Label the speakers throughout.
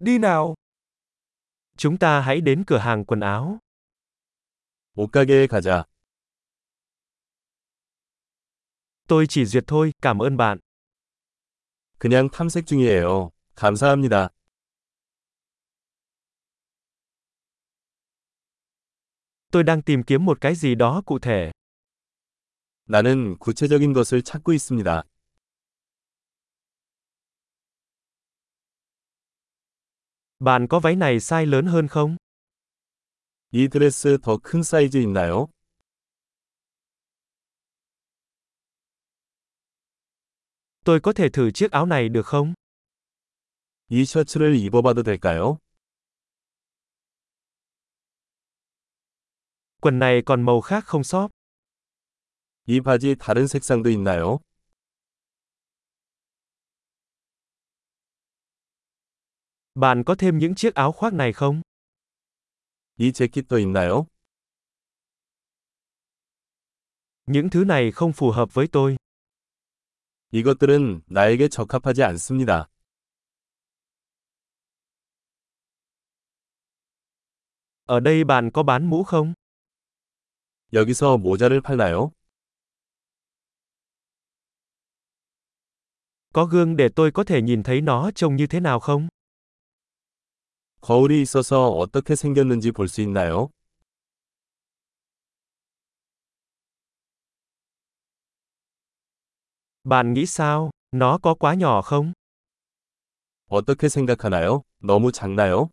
Speaker 1: Đi nào. Chúng ta hãy đến cửa hàng quần áo.
Speaker 2: 옷가게에 가자.
Speaker 1: Tôi chỉ duyệt thôi, cảm ơn bạn.
Speaker 2: 그냥 탐색 중이에요. 감사합니다.
Speaker 1: Tôi đang tìm kiếm một cái gì đó cụ thể.
Speaker 2: 나는 구체적인 것을 찾고 있습니다.
Speaker 1: Bạn có váy này size lớn hơn không?
Speaker 2: 이 드레스 더 큰 사이즈 있나요?
Speaker 1: Tôi có thể thử chiếc áo này được không?
Speaker 2: 이 셔츠를 입어봐도 될까요?
Speaker 1: Quần này còn màu khác không shop.
Speaker 2: 이 바지 다른 색상도 있나요?
Speaker 1: Bạn có thêm những chiếc áo khoác này không?
Speaker 2: 이 재킷도 있나요?
Speaker 1: Những thứ này không phù hợp với tôi.
Speaker 2: 이것들은 나에게 적합하지 않습니다.
Speaker 1: Ở đây bạn có bán mũ không?
Speaker 2: 여기서 모자를 팔나요?
Speaker 1: Có gương để tôi có thể nhìn thấy nó trông như thế nào không?
Speaker 2: 거울이 있어서 어떻게 생겼는지 볼 수 있나요?
Speaker 1: Bạn nghĩ sao? Nó có quá nhỏ không?
Speaker 2: 어떻게 생각하나요? 너무 작나요?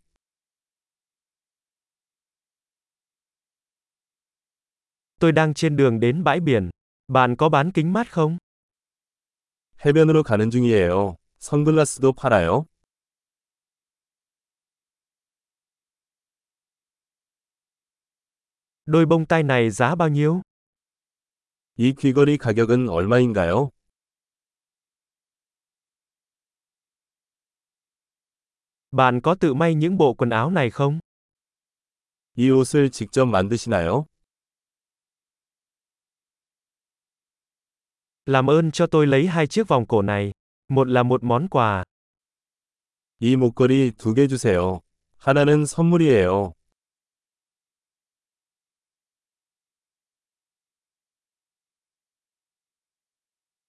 Speaker 1: Tôi đang trên đường đến bãi biển. Bạn có bán kính mát không?
Speaker 2: 해변으로 가는 중이에요. 선글라스도 팔아요?
Speaker 1: Đôi bông tai này giá bao nhiêu?
Speaker 2: 이 귀걸이 가격은 얼마인가요?
Speaker 1: Bạn có tự may những bộ quần áo này không?
Speaker 2: 이 옷을 직접 만드시나요?
Speaker 1: Làm ơn cho tôi lấy hai chiếc vòng cổ này. Một là một món quà.
Speaker 2: 이 목걸이 두 개 주세요. 하나는 선물이에요.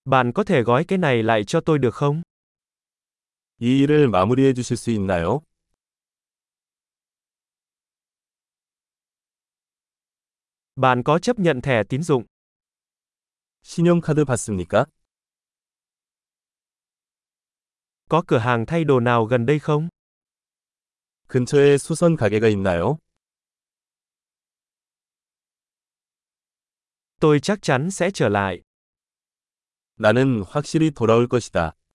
Speaker 1: Bạn có thể gói cái này lại cho tôi được không?
Speaker 2: 이 일을 마무리해 주실 수 있나요?
Speaker 1: Bạn có chấp nhận thẻ tín dụng?
Speaker 2: 신용카드 받습니까?
Speaker 1: Có cửa hàng thay đồ nào gần đây không?
Speaker 2: 근처에 수선 가게가 있나요?
Speaker 1: Tôi chắc chắn sẽ trở lại.
Speaker 2: 나는 확실히 돌아올 것이다.